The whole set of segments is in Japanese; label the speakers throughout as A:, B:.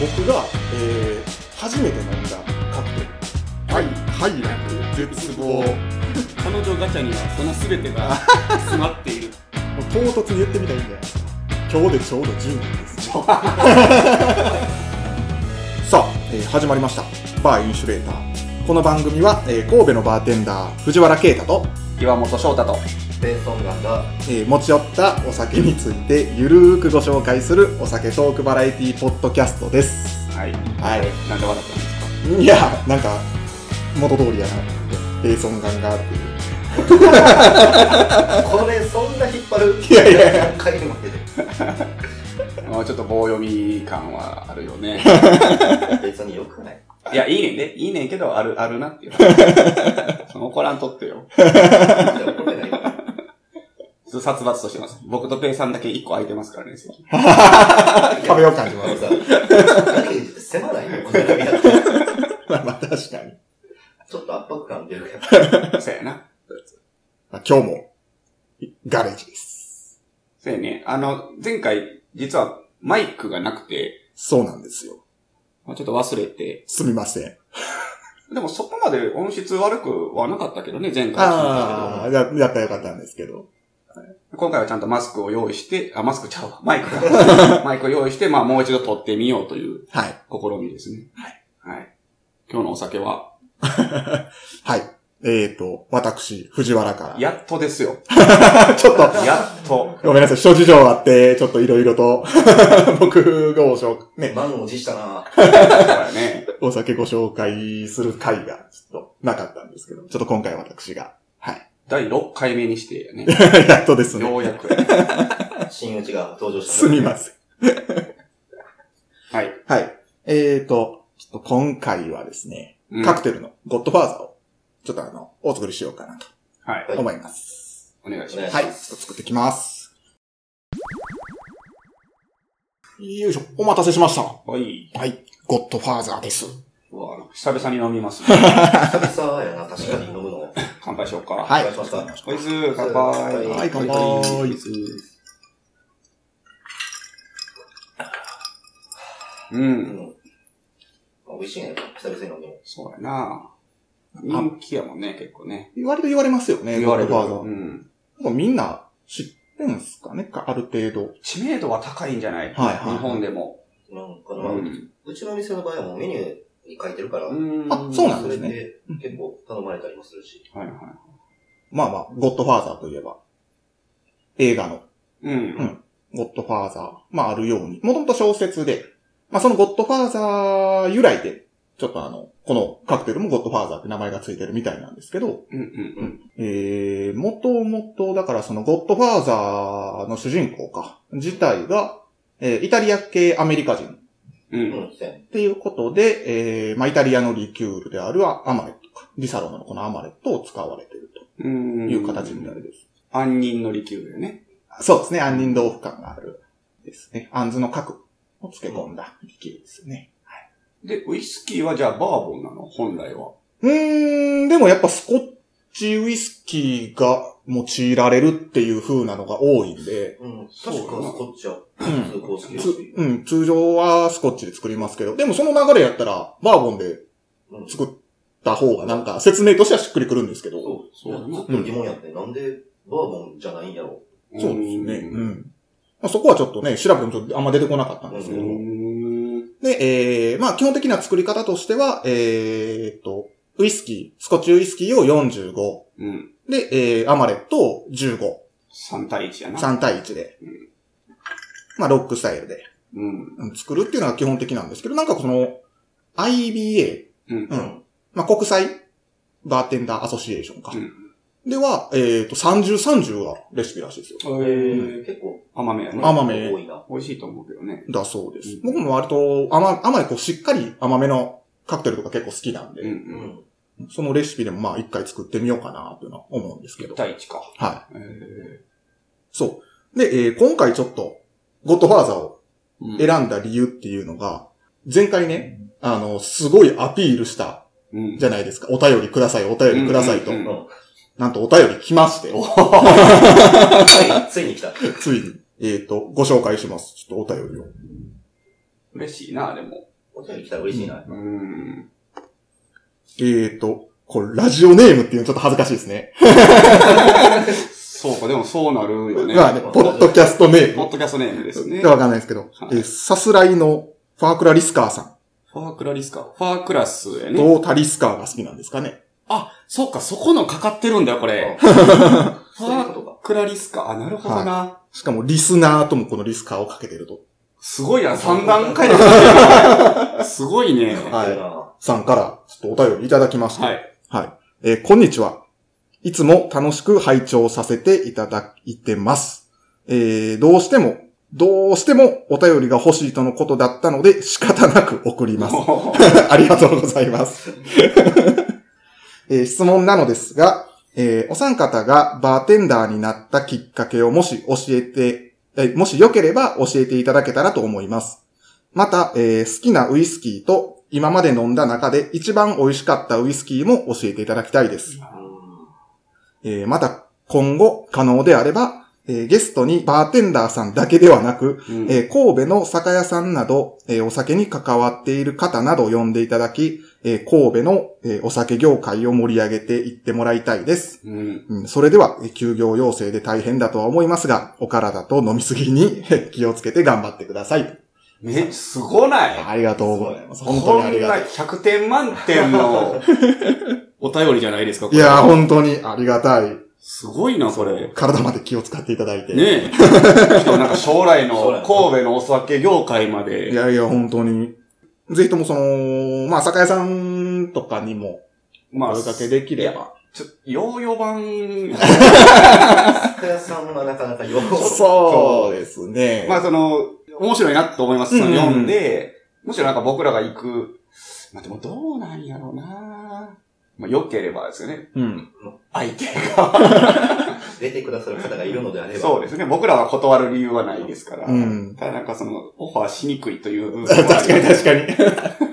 A: 僕が、えー初めて飲んだカクテル
B: はい、はい、なんて絶望。
C: 彼女ガチャにはその全てが詰まっている
A: もう唐突に言ってみたらいいんじゃないですか今日でちょうど10年ですね さあ、えー始まりましたバーインシュレーターこの番組は、えー神戸のバーテンダー藤原啓太と、
D: 岩本翔太と
E: ベース音 楽が
A: えー持ち寄ったお酒についてゆるーくご紹介するお酒トークバラエティポッドキャストです
C: はい
A: はい
C: なんで笑ったんですか
A: いや、なんか、元通りやなって、えー、ソンガンがっていう。
E: これそんな引っ張る
A: いやいやいや
E: 何回も言ってて
C: まあちょっと棒読み感はあるよ ね
E: 別によくない
C: いやいいねんねいいねんけどあるあるな っていうその怒らんとってよ
E: でもこれがいい
C: ちょっと殺伐としてます僕とペイさんだけ1個空いてますからね席
A: 壁を感じま
E: あの
A: す。
E: さ影狭ないよこの髪型ち
A: まあまあ確かに。
E: ょっと圧迫感出るから
C: そうやな
A: まあ、今日も、ガレージです。
C: そうやねあの前回実はマイクがなくて
A: そうなんですよ。
C: まあちょっと忘れて。
A: すみません。
C: でもそこまで音質悪くはなかったけどね、前回聞いたけ
A: ああ、ややったらよかったんですけど。
C: ど。今回はちゃんとマスクを用意して、あ、マスクちゃうわ。マイク がマイクを用意して、まあもう一度撮ってみようという
A: はい。
C: 試みですね。はい。はい。今日のお酒は、
A: はい。えーと、私、藤原か
C: やっとですよ。
A: ら。ちょっと、
C: やっと。
A: ごめんなさい、諸事情あって、ちょっといろいろと、 僕がご紹介、ね、
E: 満を持したな
C: だからね。
A: お酒ご紹介する回が、ちょっと、なかったんですけど、ちょっと今回私が、 はい。
C: 第6回目にしてやね。
A: やっとですね。
C: ようやく。
E: 新内が登場した
A: すみません。
C: はい。
A: はい。えーと、ちょっと今回はですね、
C: うん
A: カクテルのゴッドファーザーを、ちょっとあの、お作りしようかなと
C: はい。
E: はい
A: 思います。
C: お願いし
E: お
C: ま
E: 願
C: す。
A: はい。ちょっと作ってきます。よいしょ、お待たせしました。
C: はい。
A: はい。ゴッドファーザーです。
C: うわ久々に飲みます、
E: 久々やな確かに飲むの
C: 乾杯しようか。
A: はい
E: お願いしますか
C: おいずー、乾杯。
E: はい
A: 乾杯
C: おいずーう、
E: うんん美味しいね久々に飲むの
C: そうやな人気やもんね、結構ね。
A: 割と言われますよね、ゴッドファー
C: う
A: ザー。
C: ん。
A: もうみんな知ってんすかねかある程度。
C: 知名度は高いんじゃない
A: はいはい
C: 日本でも。
E: なんか
C: う。
E: な、うんうちの店の場合はもうメニューに書いてるから、
C: うん
A: あそうなん
E: そ
A: で
E: れ
A: すね
E: で結構頼まれたりもするし。
C: はいは
A: まあまあ、ゴッドファーザーといえば、映画の
C: い。うん。
A: ゴッドファーザー、まああるように、もともと小説で、まあそのゴッドファーザー由来で、ちょっとあの、このカクテルもゴッドファーザーって名前がついてるみたいなんですけど、
C: うんうん
A: えー、もともと、だからそのゴッドファーザーの主人公か、自体が、えーイタリア系アメリカ人っ
C: うん。う。
E: うんん、そうやね
A: ていうことで、えー、まあイタリアのリキュールであるアマレットか、リサロのこのアマレットを使われている
C: うん。
A: という形になるです。
C: 杏仁の利休だよね。
A: そうですね、杏仁豆腐感があるですね。杏ズの核を漬け込んだリキュールですね。
C: で、ウイスキーはじゃあバーボンなの本来は。
A: うーん、でもやっぱスコッチウイスキーが用いられるっていう風なのが多いんで、
E: うん、確
C: そう
E: か
C: やな
E: スコッチは
A: ん
E: 普通公式だ
A: つ
E: し。
A: うん、通常はスコッチで作りますけど、でもその流れやったら、バーボンで
E: うん、
A: 作った方がなんか説明としてはしっくりくるんですけど、
E: そう、
C: そうやな
E: ずっと疑問やって、なんでバーボンじゃないんやろ
A: そうですね。
C: ん
A: うん。まあ、そこはちょっとね、調べてもちょっとあんま出てこなかったんですけど、
C: うん。
A: で、えー、まあ基本的な作り方としては、えーっと、ウイスキー、スコッチウイスキーを45、
C: うん。
A: で、えー、アマレットを15、
C: 3対1やな。
A: 3対1で、まあ、ロックスタイルで
C: うん。
A: うん作るっていうのが基本的なんですけど、なんかその、IBA、
C: うん
A: う。ん。まあ、国際バーテンダーアソシエーションか。
C: うん
A: では、えっ、と、30、30がレシピらしいですよ。
C: え
E: う。
C: ー、
E: 結構
C: 甘めやね。
A: 甘め
E: 多いな。
C: 美味しいと思うけどね。
A: だそうです。
C: うん
A: 僕も割と甘、甘い、こう、しっかり甘めのカクテルとか結構好きなん
C: うん
A: で、
E: う
C: うん。
E: ん。
A: そのレシピでもまあ、一回作ってみようかな、というのは思うんですけ
C: 1
A: ど。
C: 対1か。
A: は
C: えー
A: い。そう。で、えー今回ちょっと、ゴッドファーザーを
C: うん
A: 選んだ理由っていうのが、前回ね、あの、すごいアピールした
C: うん。
A: じゃないですか。お便りください、お便りくださいと
C: うんうん。
E: うん
A: なんとお便り来まして、
E: ついに来た。
A: ついに、えっと、ご紹介します。ちょっとお便りを。
C: 嬉しいな、でも。
E: お便り来たら嬉しいな。
C: うん。
A: えーと、これ、ラジオネームっていうのちょっと恥ずかしいですね。
C: そうか、でもそうなるよね。
A: まあね、ポッドキャストネー
C: ポ
A: ム。
C: ッドキャストネームですね。
A: わかんないですけど、
C: はい
A: えーさすらいのファークラリスカーさ
C: ファークラリスか。ファークラスや
A: ん
C: ね。
A: とタリスカーが好きなんですかね。
C: あ、そっか、そこのかかってるんだよ、これ。
E: そういうことか。
C: クラリスか。あ、なるほどな。
A: しかも、リスナーともこのリスカーをかけてると。
C: すごいな、三段階でかか ってる。すごいね。
A: はい
E: そうな
A: さんから、ちょっとお便りいただきました。
C: はい。
A: えーこんにちは。いつも楽しく拝聴させていただいてます。えーどうしても、どうしてもお便りが欲しいとのことだったので仕方なく送り ます。
C: も
A: ありがとうございます。えー質問なのですが、えーお三方がバーテンダーになったきっかけをもし教えて、えーもし良ければ教えていただけたらと思います。また、えー好きなウイスキーと今まで飲んだ中で一番美味しかったウイスキーも教えていただきたいです。えーまた、今後可能であれば、えーゲストにバーテンダーさんだけではなく、
C: ううん
A: えー神戸の酒屋さんなど、えーお酒に関わっている方などを呼んでいただき、えー神戸の、えーお酒業界を盛り上げていってもらいたいです。
C: うん。
A: うんそれでは、えー休業要請で大変だとは思いますが、お体と飲みすぎに気をつけて頑張ってください。
C: め、すごない
A: ありがとうございます。本当
C: こ
A: にあ
C: ん
A: り
C: な
A: がと
C: 100点満 点のお便りじゃないですか、こ
A: う。い
C: れ
A: やー、本当にありがたい。
C: すごいな、それ。
A: 体まで気を使っていただいて。
C: ねえ。しかもなんか将来の神戸のお酒業界ま
A: い
C: で。
A: やいや、本当に。ぜひともその、まあ、酒屋さんとかにも、
C: ま
A: お声かけできれば。
C: ちょ、ヨーヨー版。
E: 酒屋さんはなかなかよ
A: そうですね。
C: まあその、面白いなと思います。その読んで、むしろなんか僕らが行く、まあでもどうなんやろうなまあ良ければですよね。
A: うん。
C: 相手が。
E: 出てくださる方がいるのであれば。
C: そうですね。僕らは断る理由はないですから。
A: うん
C: ただなんかその、オファーしにくいという部分
A: 確かに確かに。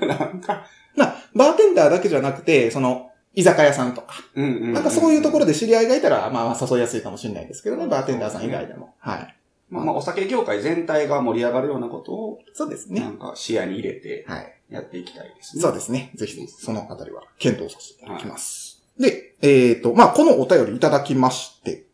C: に。なんか、
A: バーテンダーだけじゃなくて、その、居酒屋さんとか、
C: うんうん、
A: なんかそういうとこ
C: ろ。
A: ろで知り合いがいたら、まあ、誘いやすいかもしれないですけどね、バーテンダーさん以外でも。はい。
C: まあまあお酒業界全体が盛り上がるようなことを、
A: そうです
C: な
A: ね。
C: んか視野に入れて
A: はい。
C: やっていきたいですね。
A: そうですね。ぜひ、そのあたりは検討させていただきます。で、えっ、と、まあ、このお便りいただきまして、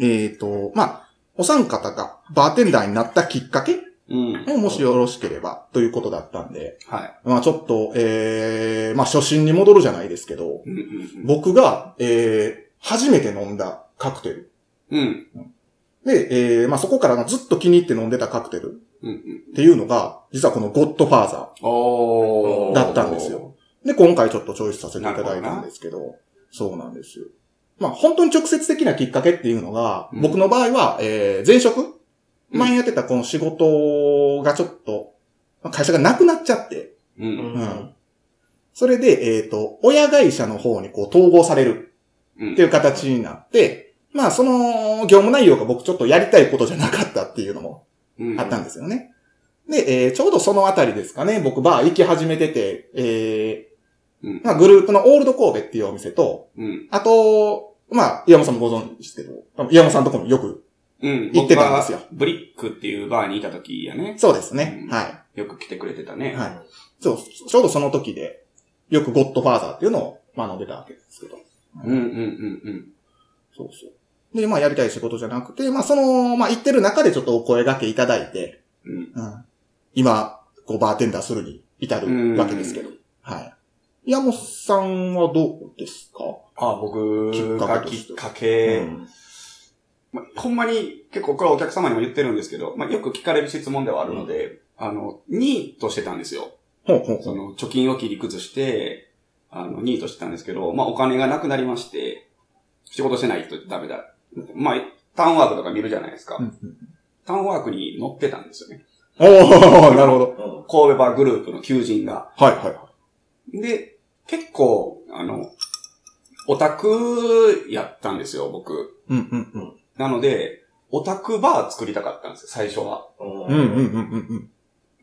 A: えっ、と、まあ、お三方がバーテンダーになったきっかけ
C: うん。
A: ももしよろしければということだったんで、
C: は
A: まあちょっと、えー、まあ初心に戻るじゃないですけど、
C: い。うんうん
A: 僕が、えー、初めて飲んだカクテル。
C: うん。うん。
A: で、えー、まあそこからのずっと気に入って飲んでたカクテル
C: うんうん。
A: っていうのが、実はこのゴッドファーザ
C: おー。
A: だったんですよ。ー。で、今回ちょっとチョイスさせていただいたんですけど、そうなんですよ。まあ本当に直接的なきっかけっていうのが、
C: うん
A: 僕の場合は、えー、前職
C: うん
A: 前やってたこの仕事がちょっと、まあ会社がなくなっちゃって、
C: う。
E: うんん。
A: うんそれで、えっ、と、親会社の方にこう統合される
C: うん。
A: っていう形になって、まあその業務内容が僕ちょっとやりたいことじゃなかったっていうのも
C: うん
A: あったんですよね。で、えーちょうどそのあたりですかね、僕バー行き始めてて、えー
C: うん
A: まあグループのオールド神戸っていうお店と、
C: うん。
A: あと、まあ、岩本さんもご存知ですけど、岩本さんのとこもよく、
C: うん。
A: 行ってたんですよ
C: 僕がブリックっていうバーにいた時やね。
A: そうですね
C: う。ん
A: は
C: よく来てくれてたね。
A: い。はい。そう、ちょうどその時で、よくゴッドファーザーっていうのを、まあ飲んでたわけですけど。
C: うんうんうん
A: そうそう。で、まあやりたい仕事じゃなくて、まあその、まあ言ってる中でちょっとお声掛けいただいて、
C: うん
A: 今、こうバーテンダーするに至るわけですけど。はい。山本さんはどうですか
C: あ、僕がきっか
A: う
C: け。
A: ん
C: まほんまに結構これはお客様にも言ってるんですけど、まあ、よく聞かれる質問ではあるので、あの、ニートしてたんですよ。
A: ほうほうほ。
C: そうの、貯金を切り崩して、あの、ニートしてたんですけど、まあ、お金がなくなりまして、仕事してないとダメだ。まあ、ターンワークとか見るじゃないですか。
A: うんうん
C: ターンワークに乗ってたんですよね。
A: おー、なるほど。
E: うん。
C: 神戸バーグループの求人が。
A: はいはいは
C: で、結構、あの、オタクやったんですよ、僕。
A: い。うんうんうん。
C: なので、オタクバー作りたかったんですよ、最初は。
A: うんうんうんうん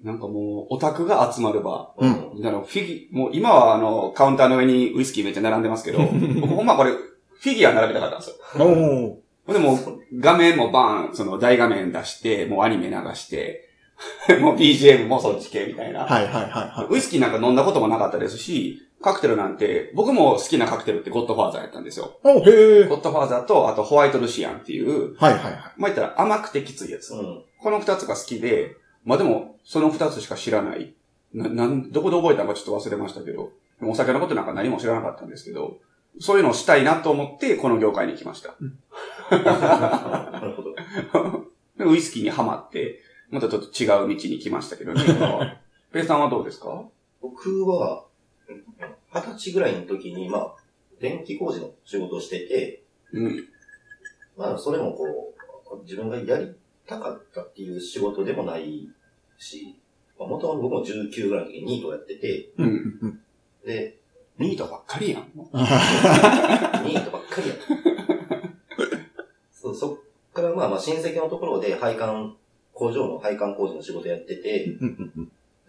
C: なんかもう、オタクが集まるバ
A: う
E: うんん。
C: ー。だからフィギ、もう今はあの、カウンターの上にウイスキーめっちゃ並んでますけど、僕ほんまこれ、フィギュア並べたかったんですよ。
A: うん。おー。
C: ほんでもう、画面もバーン、その大画面出して、もうアニメ流して、 もう BGM もそっち系みたいな。
A: はいはいはいは
C: ウイスキーなんか飲んだこともなかったですし、カクテルなんて、僕も好きなカクテルってゴッドファーザーやったんですよ。
A: い。おへえ。
C: ゴッドファーザーと、あとホワイトルシアンっていう、
A: はいはいはい。
C: まあ、言ったら甘くてきついやつ。
E: うん。
C: この二つが好きで、まあでも、その二つしか知らない。な、なん、どこで覚えたのかちょっと忘れましたけど、でもお酒のことなんか何も知らなかったんですけど、そういうのをしたいなと思って、この業界に来ました。
E: なるほど。
C: でウイスキーにはまって、またちょっと違う道に来ましたけどね。今 はペイさんはどうですか
E: 僕は、うん二十歳ぐらいの時に、まあ、電気工事の仕事をしてて、
C: うん。
E: まあ、それもこう、自分がやりたかったっていう仕事でもないし、まあ、もともと僕も19ぐらいの時にニートをやってて、
C: うん。
E: で、
C: ニートばっかりやん。
E: ニートばっかりや。そうそっからまあまあ親戚のところで配管、工場の配管工事の仕事やってて、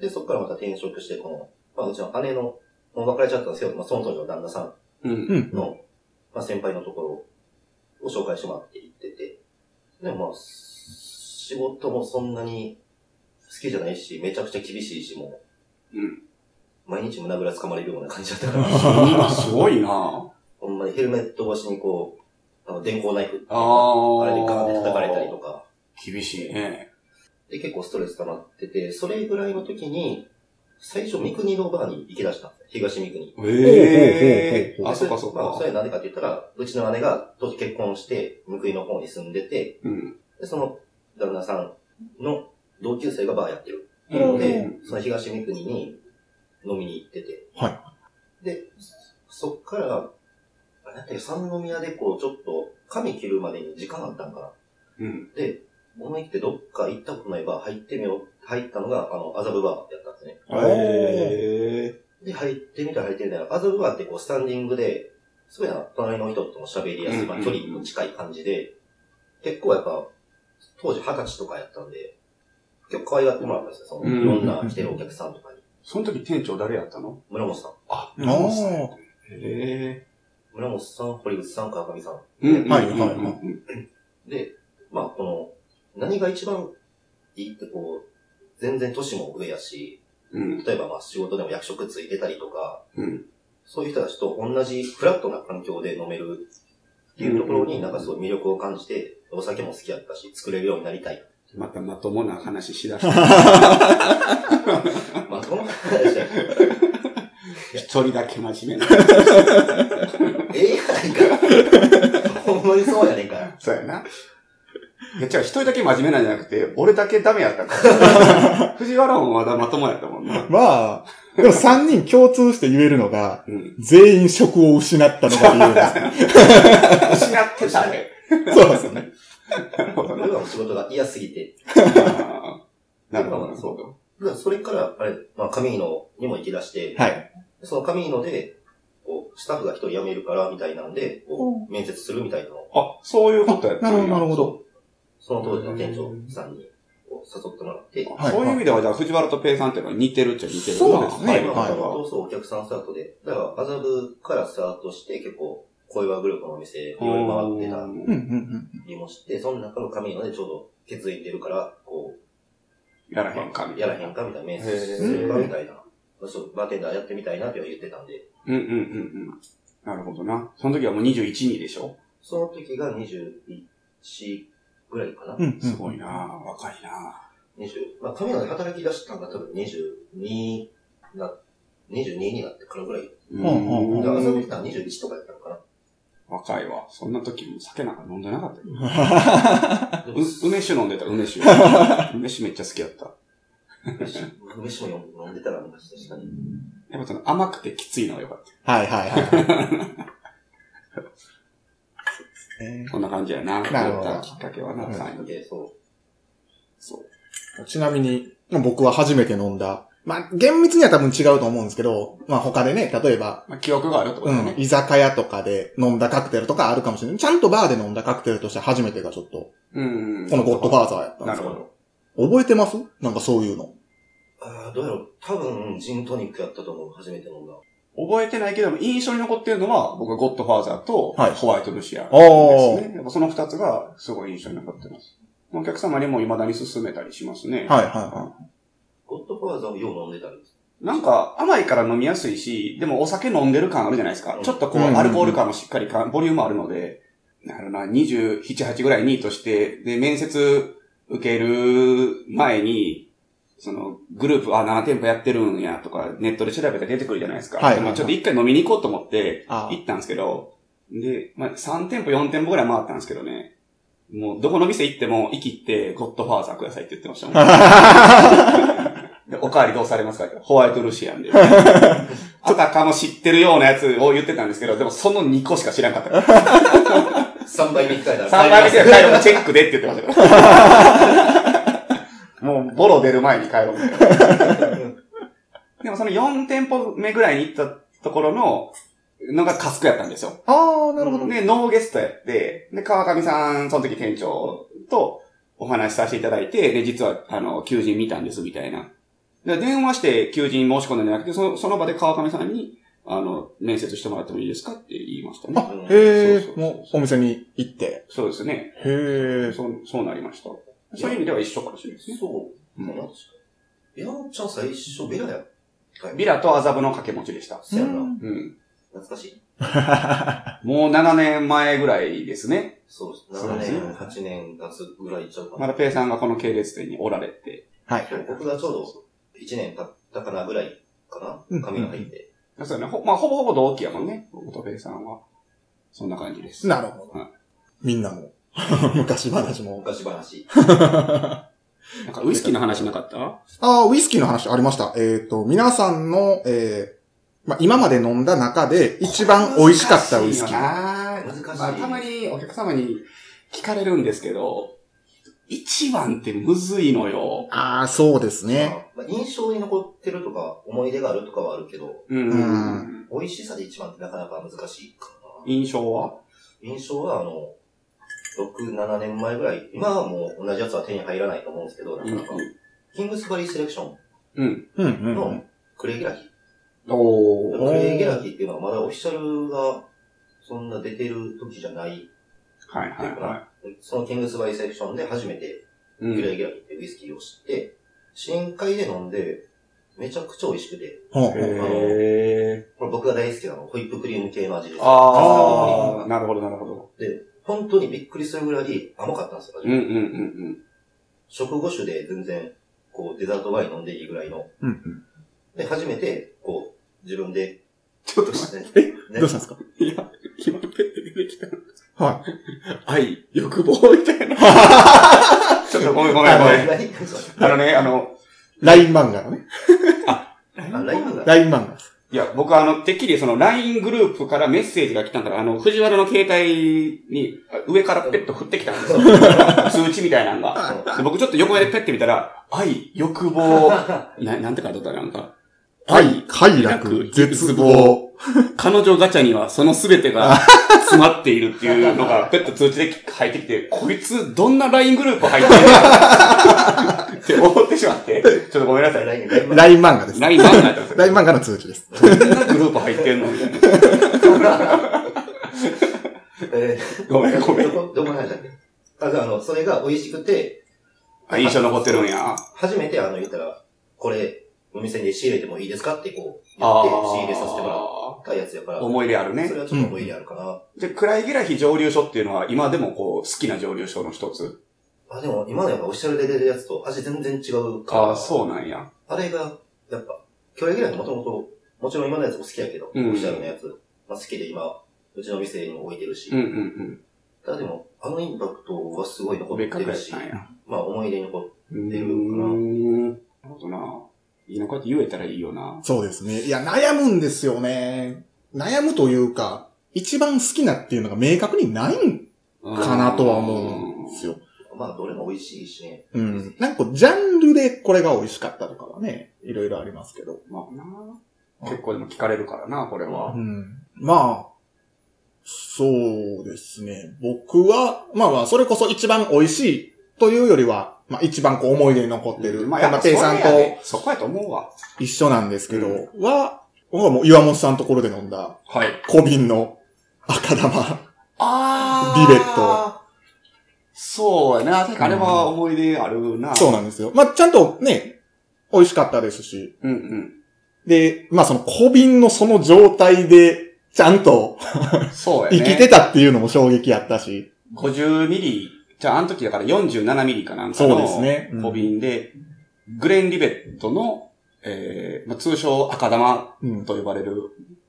E: で、そっからまた転職して、この、まあうちの姉の、もう別れちゃったんですけど、まあその当時の旦那さ
C: うん。
E: んの、まあ先輩のところを紹介してもらって行ってて、でもまあ、仕事もそんなに好きじゃないし、めちゃくちゃ厳しいし、もう、
C: うん
E: 毎日胸ぐらつかまれるような感じだったから。
C: 今すごいなぁ。
E: ほんまにヘルメット越しにこう、あの、電光ナイフ。
C: あー
E: あれでガーンって叩かれたりとか。
C: 厳しいね。
E: で、結構ストレス溜まってて、それぐらいの時に、最初、三国のバーに行き出したんですよ。東三国。
C: ええ
A: ほうほうほうほう
C: あ、そっかそっ
E: まあ、そ
C: か。
E: れなんでかって言ったら、うちの姉が当時結婚して、三国の方に住んでて、
C: うん。
E: で、その旦那さんの同級生がバーやってる。
C: うん
E: で、その東三国に飲みに行ってて。
A: は
E: で、そっから、あなんて三宮でこう、ちょっと、髪切るまでに時間あったんかな。
C: うん。
E: で、思い切ってどっか行ったことないバー入ってみよう。入ったのが、あの、麻布バーやったんですね。
C: え
E: で、入ってみたら入ってみたら、麻布バーってこう、スタンディングで、すごいな、隣の人とも喋りやすい、まあ
C: うん
E: 距離も近い感じで、結構やっぱ、当時二十歳とかやったんで、結構可愛がってもらったんですよ、その、
C: うん
E: いろんな来てるお客さんとかに。
C: その時店長誰やったの
E: 村本さん。
C: あ、
A: ああ。
C: え
E: 村本さん、堀口さん、川上さん。
C: えうん。
A: はいはい
C: うん
A: は
E: で、まあ、この、何が一番いいってこう、全然年も上やし、
C: うん。
E: 例えばまあ仕事でも役職ついてたりとか、
C: うん。
E: そういう人たちと同じフラットな環境で飲めるっていうところになんかすごい魅力を感じて、お酒も好きやったし、作れるようになりたい。
C: またまともな話しだした。
E: まあ、その話 は、
C: 一人だけ真面目な。
E: ええやないか。ほんまにそうやねんから。
C: そうやな。いや、違う、一人だけ真面目なんじゃなくて、俺だけダメやっ たから。藤原もまだまともやったもんな。
A: まあ、でも三人共通して言えるのが、
C: うん。
A: 全員職を失ったのが理由で
C: 失ってたね。
A: す。そうですよね。
C: なるほど
E: 俺はもう仕事が嫌すぎて。
C: あーなるほど、そうだ。
E: だからそれから、あれ、まあ、カミーノにも行き出して、
A: はい。
E: そのカミーノで、こう、スタッフが一人辞めるから、みたいなんで、こう、面接するみたいなのを、
C: あ、そういうことやったんや
A: なるほど。
E: その当時の店長さんに、こう、誘ってもらって、
A: はい
C: そういう意味では、じゃあ、藤原とペイさんっていうのは似てるっちゃ似てるな。
A: そうですね
C: はい、
E: ま
A: は
E: あ、
A: い
E: もともとそうお客さんスタートで、だから麻布からスタートして結構、小岩グループのお店、いろいろ回ってた
A: うんうん
E: りもして、その中の神のでちょうど血液出るから、こ
C: やらへんか、
E: う、やらへんかみたいな、面接
C: へー
E: するかみたいな。そう、バーテンダーやってみたいなって言ってたんで、
C: うんうんうんうん。なるほどな。その時はもう21人でしょ
E: その時が21ぐらいかな。
A: うん。うんうん
C: すごいな若いな
E: 20、まあ神ので働き出したのが多分22な、22になってからぐらい。
C: うん
A: うん
E: だから
C: ん
E: 遊びてたの21とかやったのかな。
C: 若いわ。そんな時も酒なんか飲んでなかったよ。
E: でも
C: う梅酒飲んでた、梅酒。 梅酒めっちゃ好きやった。
E: 飯飯も飲んでたら昔確かに。
C: やっぱその甘くてきついのが良かった。
A: はいはいはい。そうですね
C: こんな感じやな。
A: なるほど
C: やったきっかけはな、
A: うん
C: 3人で。
E: で、そう。
C: そう。
A: ちなみに、僕は初めて飲んだ。まあ、厳密には多分違うと思うんですけど、まあ他でね、例えば、
C: まあ、記憶があるってこと
A: う
C: だ
A: ん、
C: ね。
A: 居酒屋とかで飲んだカクテルとかあるかもしれない。ちゃんとバーで飲んだカクテルとして初めてがちょっと、
C: うん。
A: このゴッドファーザーやったんで
C: な
A: す
C: る
A: け
C: ほ
A: ど。
C: ど。
A: 覚えてますなんかそういうの。
E: ああ、どうやろう。多分、ジントニックやったと思う。初めて飲んだ。
C: 覚えてないけども、印象に残ってるのは、僕はゴッドファーザーと、
A: はい
C: ホワイトルシアン
A: おー
C: ですね。やっぱその二つが、すごい印象に残ってます。お客様にも未だに勧めたりしますね。
A: はいはいは
E: ゴッドファーザーをよう飲んでたんです。
C: なんか甘いから飲みやすいし、でもお酒飲んでる感あるじゃないですか。ちょっと
A: う
C: こう、
A: んうんうん
C: アルコール感もしっかりか、ボリュームあるので、なるな、27、8ぐらいにとして、で、面接受ける前に、その、グループ、あ、7店舗やってるんやとか、ネットで調べて出てくるじゃないですか。
A: はいはいはい
C: でもちょっと一回飲みに行こうと思って、
A: い。あ
C: 行ったんですけど、で、まあ、3店舗、4店舗ぐらい回ったんですけどね、もう、どこの店行っても、息って、ゴッドファーザーくださいって言ってましたもん。 でおかわりどうされますかホワイトルシア ンで。あたかも知ってるようなやつを言ってたんですけど、でもその2個しか知らんかった から。
E: 3倍に1回だ。
C: 3回目で帰ろう、チェックでって言ってましたから。 もう、ボロ出る前に帰ろうみたいな。でもその4店舗目ぐらいに行ったところの、のがカスクやったんですよ。
A: あー、なるほど。
C: で、ノーゲストやって、で、川上さん、その時店長とお話しさせていただいて、で、実は、あの、求人見たんです、みたいな。で、電話して求人申し込んだんじゃなくて、そのその場で川上さんに、あの、面接してもらってもいいですかって言いましたね。
E: うん
A: へ
C: そうそう
A: え、もうお店に行って。
C: そうですね。
A: へえ。
C: そう、そうなりました。そういう意味では一緒かもしれないですね。
E: そう。
C: うん
E: 確かに。ベラちゃん最初ベラやったよ
C: ビラと麻布の掛け持ちでした。
E: そうや
A: う
E: な。
A: ん
C: うん。
E: 懐かしい。
C: もう7年前ぐらいですね。
E: そうです。
C: そう
E: 7
C: ですね
E: 年、8年夏ぐらいちゃうか
C: ま
E: な。
C: だペイさんがこの系列店におられて。
A: はい。
E: 僕がちょうど1年経ったかなぐらいか
A: うん
E: な。髪が入って。
C: そうね。ほまあ、ほぼほぼ同期やもんね。僕とペイさんは。そんな感じです。
A: なるほど。みんなも。 昔話も。
E: 昔話。
C: なんかウイスキーの話なかった
A: ああ、ウイスキーの話ありました。えっ、と、皆さんの、えーまあ、今まで飲んだ中で一番美味しかったウイスキー。
C: 難
E: 難しい
C: まあ、たまにお客様に聞かれるんですけど、一番ってむずいのよ。
A: ああ、そうですね。
E: まあ、印象に残ってるとか、思い出があるとかはあるけど、
C: うん。
A: うん
E: 美味しさで一番ってなかなか難しいかな。
C: 印象は
E: 印象は、あの、6、7年前ぐらい、今はもう同じやつは手に入らないと思うんですけど、なかなか、キングスバリーセレクショ
C: うん。
A: うんうん
E: ン
A: う
E: の
A: ん。
E: クレイゲラヒ。
C: おー。
E: クレイゲラヒっていうのはまだオフィシャルがそんな出てる時じゃない。
C: はいはいは
E: そのキングスバリーセレクションで初めて
C: い。う
E: クレイ
C: ん。
E: ゲラヒってウイスキーを知って、深海で飲んで、めちゃくちゃ美味しくて、
A: ほうほう
C: へ
E: これ僕が大好きなあのホイップクリーム系の味です。
C: ー。
E: カスタードクリーム
C: あー。なるほどなるほど。
E: 本当にびっくりするぐらい甘かったんですよ。
C: うんうんうん
E: 食後酒で全然、こう、デザートワイン飲んでいいぐらいの。
A: うんうん。
E: で、初めて、こう、自分で、
C: ちょっ
E: ど
C: と
E: う
C: 待っ
E: して、
A: どうした
E: ね
A: んですか
C: て。いや、今ペッて出てきた。
A: は
C: 愛、欲望みた いな。ちょっとごめんごめんごめん。
E: 何
C: あのね、あの、
A: い。ライン漫画のね。
E: あ、ライブが。
A: ライン漫画。
C: いや、僕はあの、てっきりその LINE グループからメッセージが来たんから、あの、藤原の携帯にあ上からペッと振ってきたんですよ。通知みたいなのが。
E: あ
C: で僕ちょっと横目でペッて見たら、愛、欲望、ななんて書いてあったなんか。
A: 愛
C: 愛、、
A: 快楽、絶望。
C: 彼女ガチャにはその全てが詰まっているっていうのが、ペッと通知で入ってきて、こいつどんな LINE グループ入ってるのって思ってしまって、ちょっとごめんなさ い。
E: ライブ、ライブ。
A: ライン漫画です。ライ
C: LINE 漫画になったんですよ。
A: ン漫画の通知です。
C: どんなグループ入ってんのみたいな。
E: え
C: ごめんごめ
E: ー、
C: ん
E: ど。こ、どこの話だっけあ、じゃあ、あの、それが美味しくて、
C: あ、印象残ってるんや。
E: 初めて、あの、言ったら、これ、お店に仕入れてもいいですかって、こう、言
C: ああ
E: って、仕入れさせてもらったやつやから、そ
C: 思い入れあるね
E: れ。はちょっと思い入れあるかな。
C: で、暗いギラヒ上流所っていうのは、今でもこう、好きな上流所の一つ。
E: あ、でも、今のやっぱオフィシャルで出てるやつと味全然違うから。
C: ああ、そうなんや。
E: あれが、やっぱ、キョレギラもともと、もちろん今のやつも好きやけど、
C: うん
E: オフィシャルのやつ、まあ、好きで今、うちの店にも置いてるし、
C: うんうん
E: ただでも、あのインパクトはすごい
C: うん。
E: 残っ
C: 別
E: て
C: 格や
E: る
C: っ
E: し、
C: たんや。
E: まあ思い出に残っ
C: うー
E: 出る
C: ん。なるほどな。いいな、こうやって言えたらいいよな。
A: そうですね。いや、悩むんですよね。悩むというか、一番好きなっていうのが明確にないんかなとは思うんですよ。
E: まあどれも美味しい しね、
A: うん。なんかこう、ジャンルでこれが美味しかったとかはね、いろいろありますけど。
C: うん。まあな。結構でも聞かれるからな、これは
A: う。ん。まあ、そうですね。僕は、まあまあ、それこそ一番美味しいというよりは、まあ一番こう思い出に残ってる。
C: まあ、
A: や
C: や
A: っぱ
C: っぱ
A: ペイさんと
C: そこやと思うわ。
A: 一緒なんですけど、
C: う
A: は、僕はもう岩本さんのところで飲んだ、
C: はい。
A: 小瓶の赤玉。
C: あ
A: ーリベット。
C: そうやな。確かあれは思い出あるな。
A: そうなんですよ。まあ、ちゃんとね、美味しかったですし。
C: うんうん。
A: で、まあその小瓶のその状態で、ちゃんと
C: そうやね。
A: 生きてたっていうのも衝撃やったし。
C: 50ミリ、じゃあ、あの時だから47ミリかなんか
A: そ
C: の
A: うですね。うん
C: 小瓶で、グレン・リベットの、えーまあ、通称赤玉
A: うん。
C: と呼ばれる、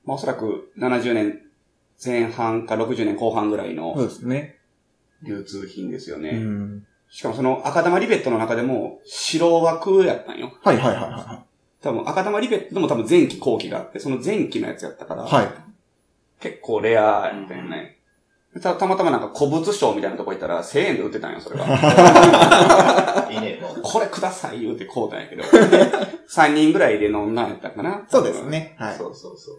C: まあ、おそらく70年前半か60年後半ぐらい
A: そ
C: の
A: うですね。
C: 流通品ですよね。
A: うん。
C: しかもその赤玉リベットの中でも白枠やったんよ。
A: はいはいはいは
C: 多分赤玉リベットでも多分前期後期があって、その前期のやつやったから、
A: いはい。はい。
C: 結構レアやったよね。たたまたまなんか古物商みたいなとこ行ったら1000円で売ってたんよ、それが。
E: いいね。まあ
C: これください言うてこうたんやけど。3人ぐらいで飲んだんやったかな。
A: そうですね。はい。
C: そうそう そう。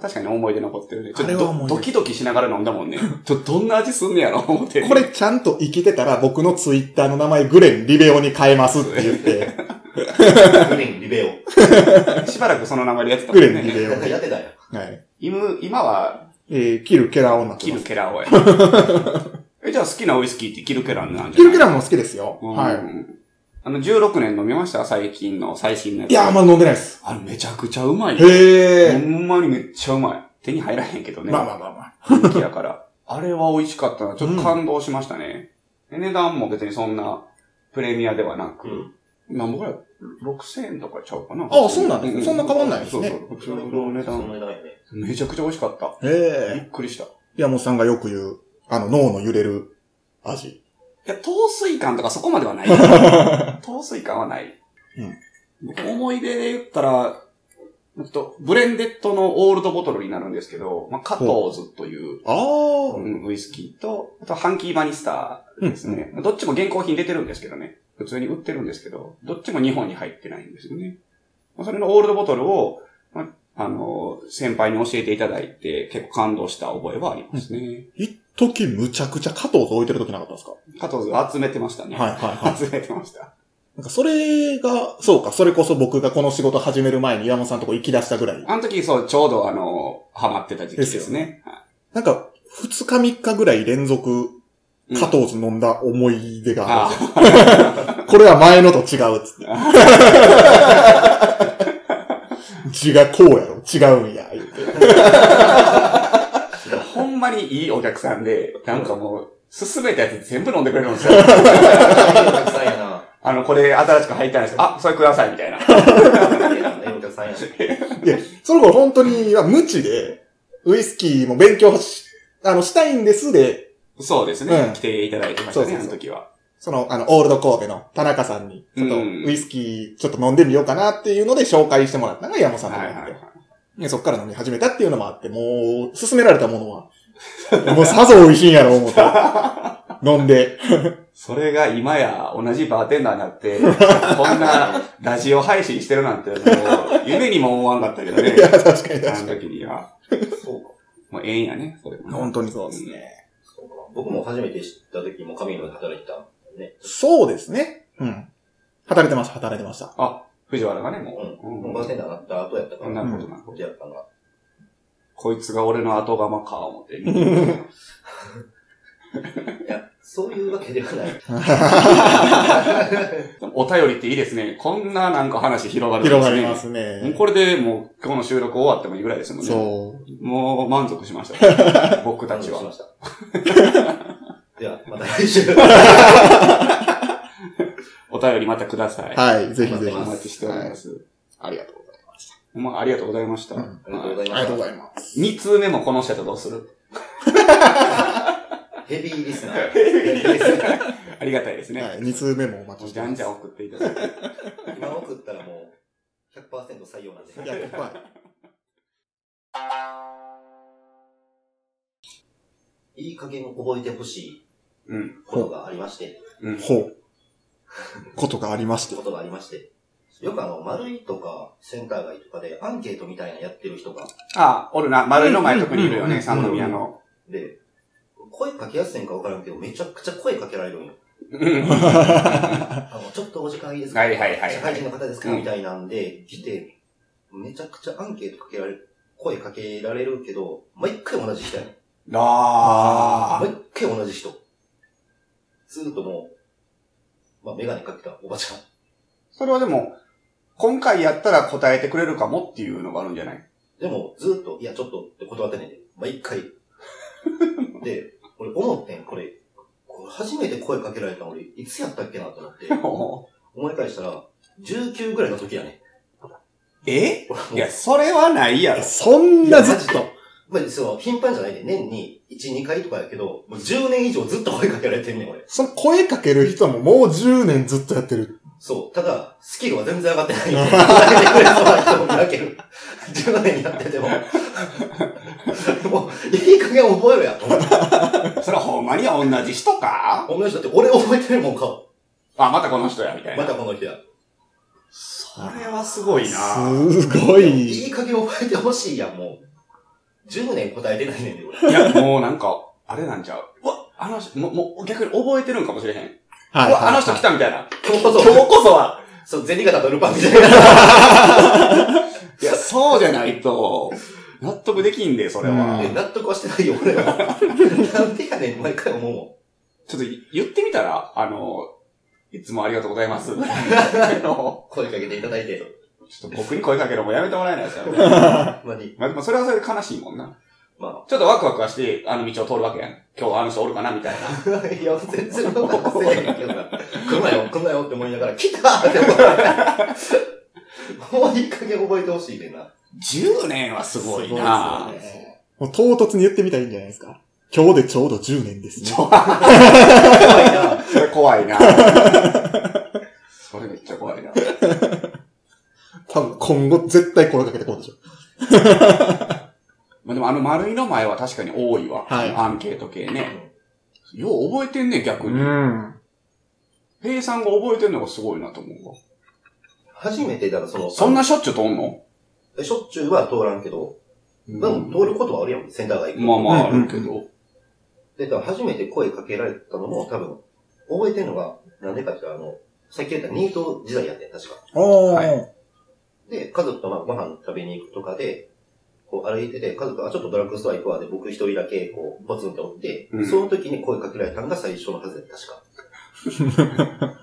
C: 確かに思い出残ってるね。ちょっ
A: あれは
C: と
A: 思
C: ど
A: い出
C: ドキドキしながら飲んだも んね。ちょどんな味すんねやろ思って。
A: これちゃんと生きてたら僕のツイッターの名前グレン・リベオに変えますって言っ て、
E: グリーン、リベオ。
C: しばらくその名前でやってたも
A: グ
C: ん
A: レン・リ
C: ね。
A: ベオ。
E: やってたよ。
A: はい。
C: 今今は
A: えー、キル・ケラオになって
C: キ
A: ま
C: ル
A: す。
C: ケラーをや。 え、じゃあ好きなウイスキーってキルケラーなんじゃない
A: キル・ケラオも好きですよ。
C: うん
A: は
C: あの、16年飲みました最近の、最新のやつ。
A: い。いやー、まだ飲んでないです。
C: あれめちゃくちゃうまいよ。
A: へ
C: ほ
A: ー。
C: んまにめっちゃうまい。手に入らへんけどね。
A: まあまあまあまあ。
C: 人気やから。 あれは美味しかったな。ちょっと感動しましたね。で値段も別にそんなプレミアではなく、
E: うん
C: 何ぼぐらい ?6000 円とかちゃうかな。
A: あそうなんですねそんな変わんないですね
C: そうそう。普
E: そ
C: 通
E: んな
C: の値段。
E: にないよね。
C: めちゃくちゃ美味しかった。び
A: ええ。
C: っくりした。い
A: 山本さんがよく言う、あの、脳の揺れる味。
C: や、糖水感とかそこまではない。 糖水感はない。
A: うん
C: 僕思い出で言ったら、えっと、ブレンデッドのオールドボトルになるんですけど、まあ、カトーズという、
A: ああ。
C: うん、ウイスキーと、あとハンキーバニスターですね。どっちも現行品出てるんですけどね。普通に売ってるんですけど、どっちも日本に入ってないんですよね。まあそれのオールドボトルを、まあ、あの、先輩に教えていただいて、結構感動した覚えはありますね。
A: 一時むちゃくちゃ加藤と置いてる時なかったですかは
C: 加藤が集めてましたね。
A: いはいはい。
C: 集めてました。
A: なんかそれが、そうか、それこそ僕がこの仕事始める前に山本さんのとこ行き出したぐらい。
C: あの時、そう、ちょうどあの、ハマってた時期ですね。
A: なんか、二日三日ぐらい連続、
C: うん
A: 加藤飲んだ思い出があ
C: あ
A: る、これは前のと違うっつ って。字がこうやろ、違うんや、言うて。
C: あ、ほんまにいいお客さんで、なんかもう、進めたやつ全部飲んでくれる んですよ。
E: ええお客さんやな。
C: あの、これ新しく入ったんですけど、あ、それください、みたいな。
E: ええお客さんやな。
A: いや、その頃本当に無知で、ウイスキーも勉強し、あの、したいんですで、
C: そうですね。
A: うん
C: 来ていただいてました
A: そう
C: ね、
A: そうそう
C: あの時は。
A: その、あの、オールド神戸の田中さんに、ちょっと、
C: うん
A: ウイスキーちょっと飲んでみようかなっていうので紹介してもらったのが山本さんだ
C: は
A: っ
C: い
A: た
C: はいはい。
A: で、そっから飲み始めたっていうのもあって、もう、勧められたものは、 もうさぞ美味しいんやろ、思 って。飲んで。
C: それが今や同じバーテンダーにな って、こんなラジオ配信してるなんて、もう夢にも思わんかったけどね
A: い。や、確かに確
C: あ
A: か
C: の時には。
E: そうか。
C: もう縁やね、それ
A: に。
C: も
A: 本当にそうですね。
E: そうか僕も初めて知った時も神野で働いてた。
A: そうですね。うん。働いてました、働いてました。
C: あ、藤原がね、もう。
E: うん。バーテンダーになった後やったか
C: うんな
E: ら。
C: るほど、なるほど。
E: やったな。
C: こいつが俺の後釜か、思って。
E: いや、そういうわけではない。
C: お便りっていいですね。こんななんか話広がるんですね
A: 広がります
C: もう
A: ね。
C: これでもう今日の収録終わってもいいぐらいですもんね。
A: そう。
C: もう満足しま した。僕た
E: 感
C: ち
E: 動しま
C: は。
E: した。では、また来週。
C: お便りまたください。
A: はい、ぜひぜひ。
C: お待ちしております。
A: ありがとうござい
C: ほんまあ、りがとうございました。
A: うん
E: ありがとうござい
A: ます。
E: ま
A: ありが
E: し
A: とうご
E: た。
A: ざいます。
C: 二通目もこの人やったらどうする
E: ヘビーリスナー。
C: ありがたいですね。
A: はい、2通目もお待
C: も
A: ち
C: う
A: し
C: じ
A: て
C: ゃん
A: ます。
C: じゃん送っていただいて。
E: 今送ったらもう、100%採用なんで。
A: いややっぱり
E: いい加減覚えてほしい
C: うん。
E: ことがありまして、
C: うん。
A: ほう。ことがありまして
E: こ。とがありまして、よくあの、丸いとか、センター街とかでアンケートみたいなやってる人が、
C: あ、おるな。丸いの前特にいるよ
A: うん
C: ね。三宮の。
E: で、声かけやすいんかわからんけど、めちゃくちゃ声かけられるんよ。
C: うん。
E: あの、ちょっとお時間いいですか
C: はいはいはい
E: 社会人の方ですか
C: うん
E: みたいなんで、来て、めちゃくちゃアンケートかけられる、声かけられるけど、毎回同じ人やねん
C: あ
E: 毎回同じ人。ずっともう、まあ、メガネかけたおばちゃん。
C: それはでも、今回やったら答えてくれるかもっていうのがあるんじゃ ない
E: でも、ずっと、いや、ちょっとって断ってねんで、毎 回。で、俺思ってん、これ、これ初めて声かけられたの俺、いつやったっけなと思って、思い返したら、19ぐらいの時 やね。
C: え
E: 俺もう
C: いや、それはないやろ。
A: そんなずっと。
E: まあ、そう、頻繁じゃないで、年に1、2回とかやけど、もう10年以上ずっと声かけられてんねん、俺。
A: その声かける人ももう10年ずっとやってる。
E: そう、ただ、スキルは全然上がってない。答えてくれそうな人もいるわけよ。10年やってても。 もう、いい加減覚えろや、と思って。
C: それはほんまに同じ人か
E: この人だって俺覚えてるもんか。
C: あ、またこの人や、みたいな。
E: またこの人や。
C: それはすごいな。
A: すご
E: い
A: い。
E: い加減覚えてほしいやん、もう。10年答えてないねんで、俺。
C: いや、もうなんか、あれなんちゃう。うわ、あの人、もう、もう逆に覚えてるんかもしれへん。
A: はいう
C: わ、あの人
A: は
C: 来たみたいな。
E: 今日こそ、
C: 今日こそは。
E: そう、銭形とルパンみたいな。
C: いや、そうじゃないと、納得できんで、それは。
A: うん
E: 納得はしてないよ、俺は。なんでやねん、毎回思うもん。
C: ちょっと言ってみたら、あの、いつもありがとうございます。あの
E: 声かけていただいて。
C: ちょっと僕に声かけるのもやめてもらえないですからね。
E: ほんまに。
C: まあでもそれはそれで悲しいもんな。
E: ま
C: ちょっとワクワクはして、あの道を通るわけやん。今日あの人おるかなみたいな。
E: あ。 いや、全然分かってないけどな。来んなよ、来んなよって思いながら、来たーって思って。もういい加減覚えてほしいねんな。
C: 10年はすごいな
E: そうですよね
A: い。もう唐突に言ってみたらいいんじゃないですか。今日でちょうど10年ですね。
E: 怖いな。
C: それ怖いなそれめっちゃ怖いな。
A: 多分今後絶対声かけてこうでしょ。
C: まあでもあの丸いの前は確かに多いわ。
A: はい
C: アンケート系ね。よう覚えてんね、逆に。
A: ん。
C: 平井さんが覚えてんのがすごいなと思うわ。
E: 初めて、だからその、
C: そんなしょっちゅう通んの
E: しょっちゅうは通らんけど、でも通ることはあるやん、センター街行く。
C: まあまああるけど。
E: で、だから初めて声かけられたのも多分、覚えてるのが、なんでかって言ったら、あの、さっき言ったニート時代やってん、確か。
A: おー。
C: は
E: で、家族とまあご飯食べに行くとかで、こう歩いてて、家族があちょっとドラッグストア行くわで、僕一人だけこう、ポツンっておって、
C: うん
E: その時に声かけられたのが最初のはずや確か。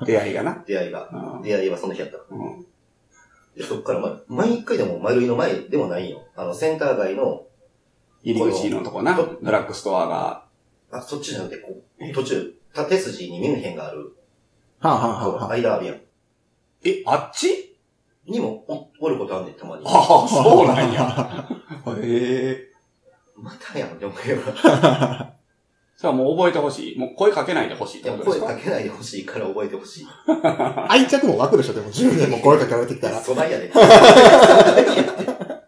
C: 出会いがな。
E: 出会いが。
C: う
E: 出会いはその日やった。
C: ん。
E: で、そっからまあ、毎回でも丸いの前でもないよ。あの、センター街の、
C: 入り口のとこな、ドラッグストアが。
E: あ、そっちじゃなくて、こう、途中、縦筋にミュンヘンがある、
A: はあ、はあはあ
E: こう
A: は
E: 間あるやん。
C: え、あっち
E: にもお、おることあんねん、たまに。
C: ああ、
A: あ、
C: そうなんや。。 へえ。
E: またやんって思いながら
C: それはもう覚えてほしい。もう声かけないでほしいって
E: で
C: こ
E: も
C: とです
E: 声
C: か
E: かけないでほしいから覚えてほしい。
A: 愛着も湧くでしょ、でも10年も声かけられてきたら。
E: そないやで。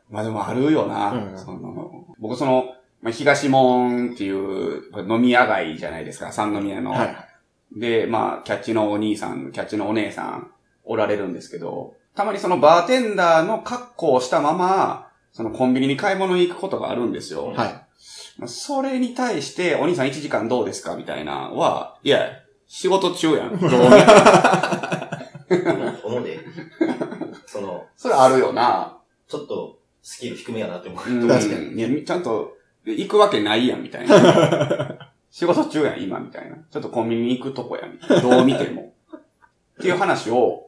C: まあでもあるよな。
A: うん
C: その僕その、まあ、東門っていう飲み屋街じゃないですか、三宮の。
A: はい。
C: で、まあ、キャッチのお兄さん、キャッチのお姉さん、おられるんですけど、たまにそのバーテンダーの格好をしたまま、そのコンビニに買い物に行くことがあるんですよ。
A: はい。
C: まあそれに対して、お兄さん1時間どうですかみたいなのは、いや、仕事中やん。どう見ても
E: 思うで。その、
C: それあるよな。
E: ちょっとスキル低めやなって思う。
C: うん
A: 確かに
C: いや、ちゃんと、行くわけないやん、みたいな。 仕事中やん、今、みたいな。ちょっとコンビニに行くとこやん、みたいな。どう見ても。っていう話を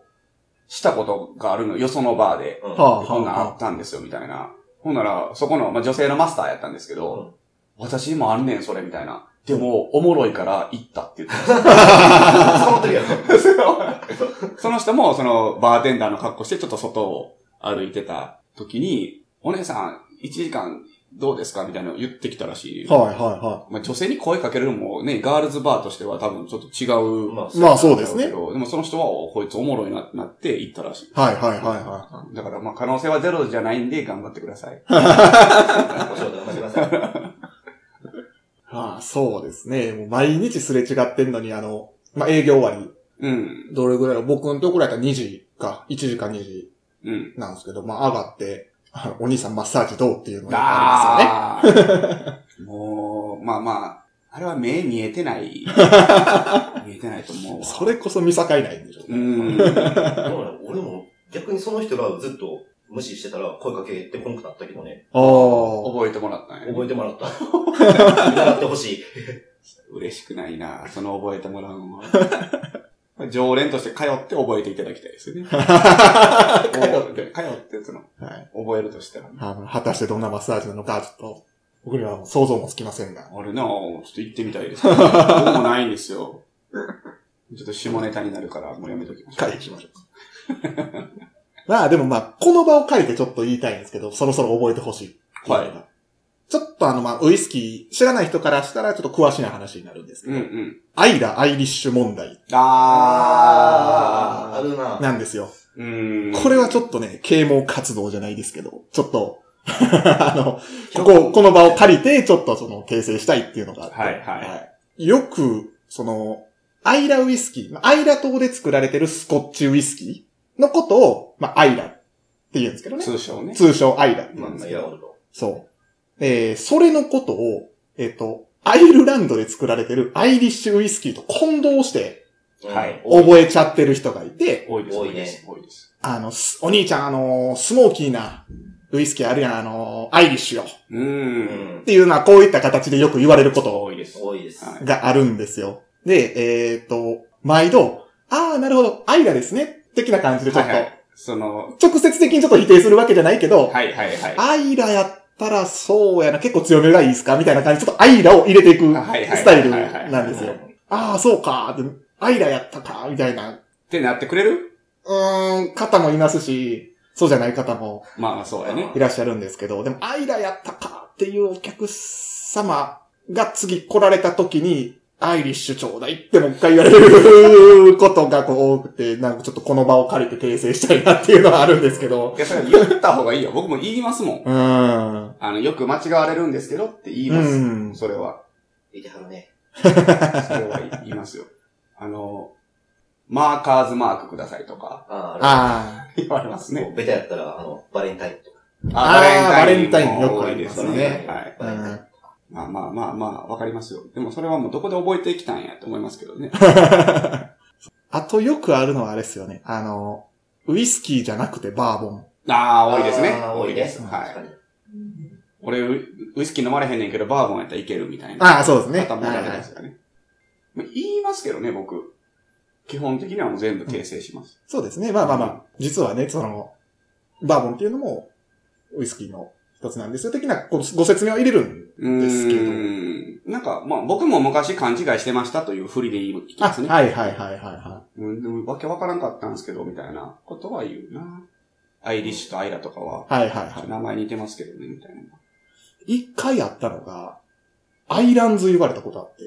C: したことがあるのよ、そのバーで。
E: うん
A: はあ、は
C: こんなん
A: あ
C: あ
A: は
C: ったんですよ、みたいな。ほんなら、そこの、まあ、女性のマスターやったんですけど、私もあんねん、それ、みたいな。でも、おもろいから行ったって言ってました
E: 捕まってるやん。
C: そ のその人も、その、バーテンダーの格好して、ちょっと外を歩いてた時に、お姉さん、1時間どうですかみたいなのを言ってきたらしい。
A: あ。はい、はい、は
C: まあ、女性に声かけるのもね、ガールズバーとしては多分ちょっと違う。
E: まあ、
A: い。まあそうですね。
C: で
A: は
C: もその人は、おこいつおもろいなってなって行ったらしい。
A: い、はい、はい、は
C: だからまあ可能性はゼロじゃないんで頑張ってください。
E: お仕事頑張ってください。
A: い。はあ、そうですね。もう毎日すれ違ってんのに、あの、まあ営業終わり、
C: うん。
A: どれぐらいだろう僕のところやったら2時か、1時か2時
C: うん。
A: なんですけど、まあ上がって、あのお兄さんマッサージどうっていうのがありま
C: ああもう、まあまあ、あれは目見えてない。 見えてないと思う
A: すよね。
C: わ。
A: それこそ見境ないんでしょうね。
C: うん。
E: でもね俺も逆にその人がずっと無視してたら声かけてこなくなったけどね。
A: ああ。
C: 覚えてもらったんや、
E: 覚えてもらった。習ってほしい。
C: 嬉しくないなその覚えてもらうのは。常連として通って覚えていただきたい ですよね。通って、通って、その、
A: はい。
C: 覚えるとしたら。
A: あの、果たしてどんなマッサージなのか、ちょっと、僕には想像もつきませんが。
C: あれなぁ、ちょっと行ってみたいです。僕もないんですよ。ちょっと下ネタになるから、もうやめときましょう。
A: 回避しましょう。まあでもまあ、この場を借りてちょっと言いたいんですけど、そろそろ覚えてほしいっていうのがちょっとあのまあ、ウイスキー、知らない人からしたらちょっと詳しいな話になるんですけ
C: うん
A: ど、
C: うん。
A: アイラ・アイリッシュ問題
E: あーあ
C: あ
E: るな。
A: なんですよ。
C: ー。うん。
A: これはちょっとね、啓蒙活動じゃないですけど、ちょっと、 あの、ここ、この場を借りて、ちょっとその、訂正したいっていうのがあって、
C: はいはい
A: いよく、その、アイラウイスキー、まあアイラ島で作られてるスコッチウイスキーのことを、まあ、アイラって言うんですけどね。
C: 通称ね。
A: 通称アイラって言
E: ま
A: う
E: あ
A: んで
E: ますあ、
A: け
E: いや、
A: ど、
E: 俺の。
A: そう。えー、それのことを、えっ、と、アイルランドで作られてるアイリッシュウイスキーと混同して
C: はい
E: うん
A: 覚えちゃってる人がいて、
C: 多いです。
E: 多いね
C: です。多いです。
A: あの、すお兄ちゃん、あのースモーキーなウイスキーあるやん、あのーアイリッシュよ。っ
C: う。
E: うんん。
A: ていうのは、こういった形でよく言われること
C: 多いです。
E: 多いです。
C: はい
A: があるんですよ。で、えっ、と、毎度、あー、なるほど、アイラですね。的な感じでちょっと、
C: はいはいその、
A: 直接的にちょっと否定するわけじゃないけど、
C: はいはいはい。
A: アイラやったらそうやな、結構強めがいいですかみたいな感じで、ちょっとアイラを入れていく
C: あはいはい
A: スタイルなんです
C: は
A: よ
C: い。
A: あー、そうかーって、アイラやったかー、みたいな、
C: ってなってくれる
A: うーん、方もいますし、そうじゃない方も
C: まあそうやね。
A: いらっしゃるんですけど、でも、アイラやったかっていうお客様が次来られた時に、アイリッシュちょうだいってもう一回言われることがこう多くて、なんかちょっとこの場を借りて訂正したいなっていうのはあるんですけど。
C: いや、それ言った方がいいよ。僕も言いますもん。
A: うーん。
C: あの、よく間違われるんですけどって言いうます。
A: ん。
C: それは。
E: いてはるね。
C: それは言いますよ。 あの、マーカーズマークくださいとか
E: ああ、
A: あ
C: 言われますね。
E: もうベタやったら、あの、バレンタインとか。
A: あー
C: も
A: バレンタインよくあ
C: 多い
A: り
C: で
A: ますすね
C: ね。はい。
E: バレンタイン。
C: まあまあまあまあ、わかりますよ。でもそれはもうどこで覚えてきたんやと思いますけどね。
A: あ。あとよくあるのはあれですよね。あの、ウイスキーじゃなくてバーボン。
C: ああ、多いですね。
E: あー多いで。
C: ですす。
A: うん
C: は
E: 確か
C: い。
E: に
C: 俺、ウイスキー飲まれへんねんけど、バーボンやったらいけるみたいな。
A: ああ、そうですね。
C: 方も
A: は
C: ら
A: いは
C: で
A: い
C: すよね。まあ言いますけどね、僕。基本的にはもう全部訂正します。
A: そうですね。まあまあまあ、実はね、その、バーボンっていうのも、ウイスキーの一つなんですよ。的なごご説明を入れるんう
C: う
A: んですけど
C: ーん。なんか、まあ僕も昔勘違いしてましたというふりで言い
A: あ、
C: ますね。
A: はいはいはいはいは
C: うんでもわけわからんかったんですけど、みたいなことは言うな。アイリッシュとアイラとかは、
A: い。はいはいは
C: 名前似てますけどね、みたいな。
A: い。一回あったのが、アイランズ言われたことあって、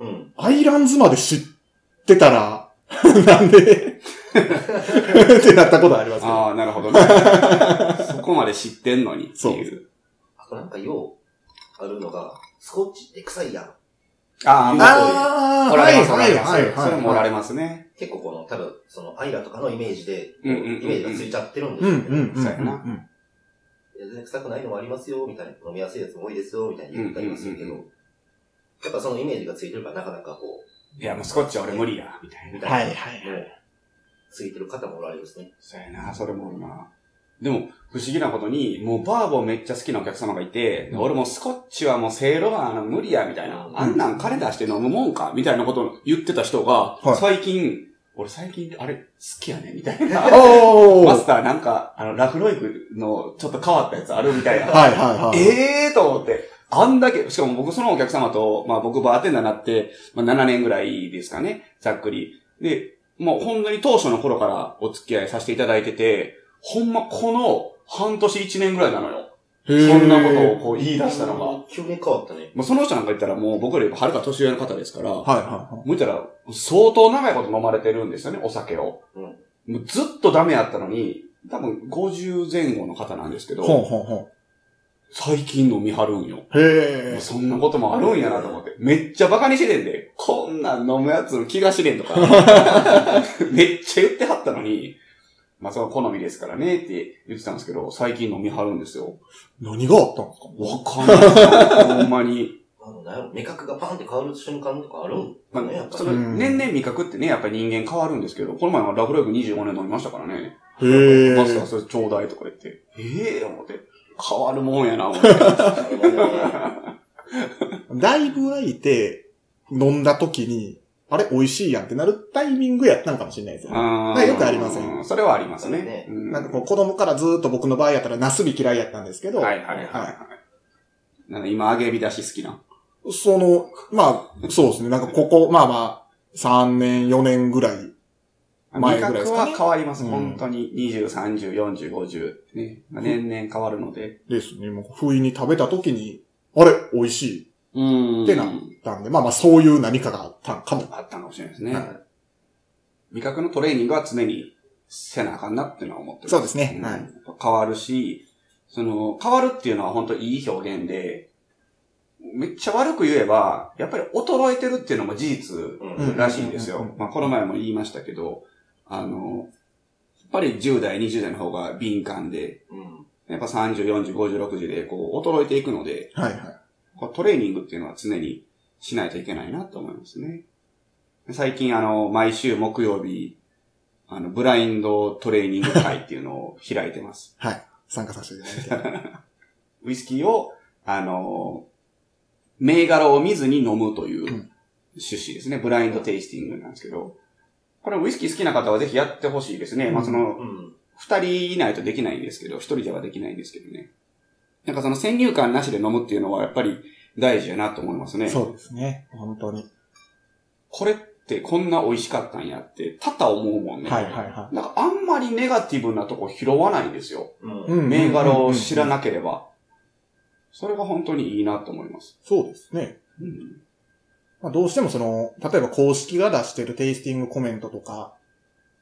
C: おお。
E: うん。
A: アイランズまで知ってたら、 なんで ってなったことありますけど。
C: ああ、なるほどね。そこまで知ってんのにっていう。
E: あとなんか、よう、あるのが、スコッチって臭いやん。
C: ああ、まあ、
A: あ
C: おら
A: は
C: れ
A: い
C: ます、おら
A: はい
C: れます
A: はいはい。
C: それもおられますね。
E: 結構この、多分、その、アイラとかのイメージで、
C: うんうんうんうん
E: イメージがついちゃってるんで
A: うんう
E: す
A: ん
E: よね。
A: うんうん
C: そうやな
A: うん。
E: いや全然臭くないのもありますよ、みたいな。飲みやすいやつも多いですよ、みたいに言ったりはするけ
C: うんう
E: ど。やっぱそのイメージがついてるから、なかなかこ
C: いや、もうスコッチは俺無理や、みたいな
E: う、み。
A: は
E: た
A: い
E: い
A: は
E: な。
A: い。
E: もう、ついてる方もおられるんですね。
C: そうやな、それもな。でも、不思議なことに、もうバーボンめっちゃ好きなお客様がいて、俺もスコッチはもうせいろがあの無理や、みたいな。
E: うん
C: あんなん金出して飲むもんか、みたいなことを言ってた人が、
A: はい
C: 最近、俺最近、あれ、好きやね、みたいな。
A: おー
C: マスターなんか、あの、ラフロイクのちょっと変わったやつあるみたいな。
A: はいはいはい。
C: ええーと思って。あんだけ、しかも僕そのお客様と、まあ僕バーテンダーになって、まあ7年ぐらいですかね、ざっくり。で、もう本当に当初の頃からお付き合いさせていただいてて、ほんまこの半年1年ぐらいなのよ。
A: へ
C: そ
A: ー
C: んなことをこう言い出したのが。
E: 急に変わったね。
C: まあその人なんか言ったらもう僕よりはるか年上の方ですから、
A: はいはいはい。
C: もう言ったら相当長いこと飲まれてるんですよね、お酒を。
E: うん
C: もうずっとダメやったのに、多分50前後の方なんですけ
A: ほん
C: ど、
A: ほんほん。
C: 最近飲みはるんよ。
A: へえ。
C: そんなこともあるんやなと思って。めっちゃバカにしててんで、こんなん飲むやつの気がしねんとか。 めっちゃ言ってはったのに、まあその好みですからねって言ってたんですけど、最近飲みはるんですよ。
A: 何があったんですか
C: わかんない。ほんま に。
E: あの、なんやろ、味覚がパンって変わる瞬間とかあるん
C: ま
E: だ
C: あ
E: ね、やっぱ
C: そ
E: り。
C: の年々味覚ってね、やっぱり人間変わるんですけど、この前はラフロイク25年飲みましたからね。
A: へ
C: マスター
A: え。
C: それちょうだいとか言って、ええ思って、 変わるもんやな、思って。
E: あのね
A: だいぶ空いて、飲んだ時に、あれ美味しいやんってなるタイミングやったのかもしれないですよね。
C: あ
A: まあ
C: ー
A: よくありません
C: それはありますね
E: ね。
C: うん
A: なんかこう、子供からずーっと僕の場合やったら、ナスビ嫌いやったんですけど、
C: はいはいはいはい。なんか今、揚げ火出し好きな。
A: その、まあ、そうですね。なんかここ、まあまあ、3年、4年ぐらい。前
C: 味
A: ぐらいです
C: 覚
A: かね
C: は変わります。
A: うん
C: 本当に。20、30、40、50。ね。年々変わるので。
A: ですね。もう、不意に食べた時に、あれ美味し
C: うん
A: ってない。なんで、まあまあ、そういう何かがあったんかも。
C: あったかもしれないですね
A: はい。
C: 味覚のトレーニングは常にせなあかんなっていうのは思ってます。
A: そうですね
C: ん
A: はい
C: やっぱ変わるし、その、変わるっていうのは本当いい表現で、めっちゃ悪く言えば、やっぱり衰えてるっていうのも事実
E: うん
C: らしいんです
A: うんうん
C: よ
A: う。
C: まあ、この前も言いましたけど、あの、やっぱり10代、20代の方が敏感で、
E: うん。
C: やっぱ30、40、50、60でこう衰えていくので、
A: はいは
C: こうトレーニングっていうのは常にしないといけないなと思いますね。最近あの、毎週木曜日、あの、ブラインドトレーニング会っていうのを開いてます。
A: い。はい。参加させてい ただいて。
C: ウイスキーを、あの、銘柄を見ずに飲むという
A: うん
C: 趣旨ですね。ブラインドテイスティングなんですけど、これウイスキー好きな方はぜひやってほしいですね。まあ、その、
E: うん。
C: 二人いないとできないんですけど、一人ではできないんですけどね。なんかその先入観なしで飲むっていうのはやっぱり大事やなと思いますね。
A: そうですね。本当に。
C: これってこんな美味しかったんやって、多々思うもんね。
A: はいはいは
C: なんかあんまりネガティブなとこ拾わないんですよ。
E: うん
A: い。うん
C: 銘柄を知ら
A: い。
C: なければ。それが本当にいいなと思います。
A: そうですね。
C: うん。
A: まあ、どうしてもその、例えば公式が出してるテイスティングコメントとか、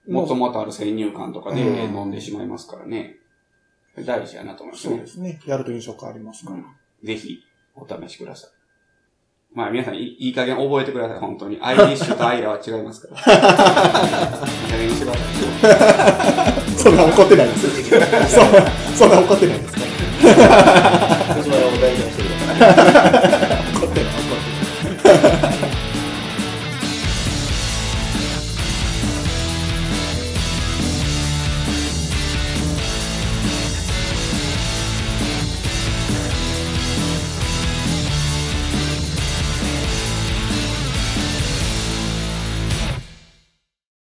C: もともとある先入観とかで
A: うん
C: 飲んでしまいますからね。大事やなと思います
A: そう
C: ね
A: で。すね。やると印象変わりますか
C: う
A: ら。
C: んぜひ、お試しください。まあ皆さんいい、いい加減覚えてください、本当に。アイリッシュとアイラは違いま すから。いい加減にしてください。
A: そんな怒ってないです。 そう、そんな怒ってないですか
E: 藤原を大事にしてるから。
A: 怒ってない、怒ってない。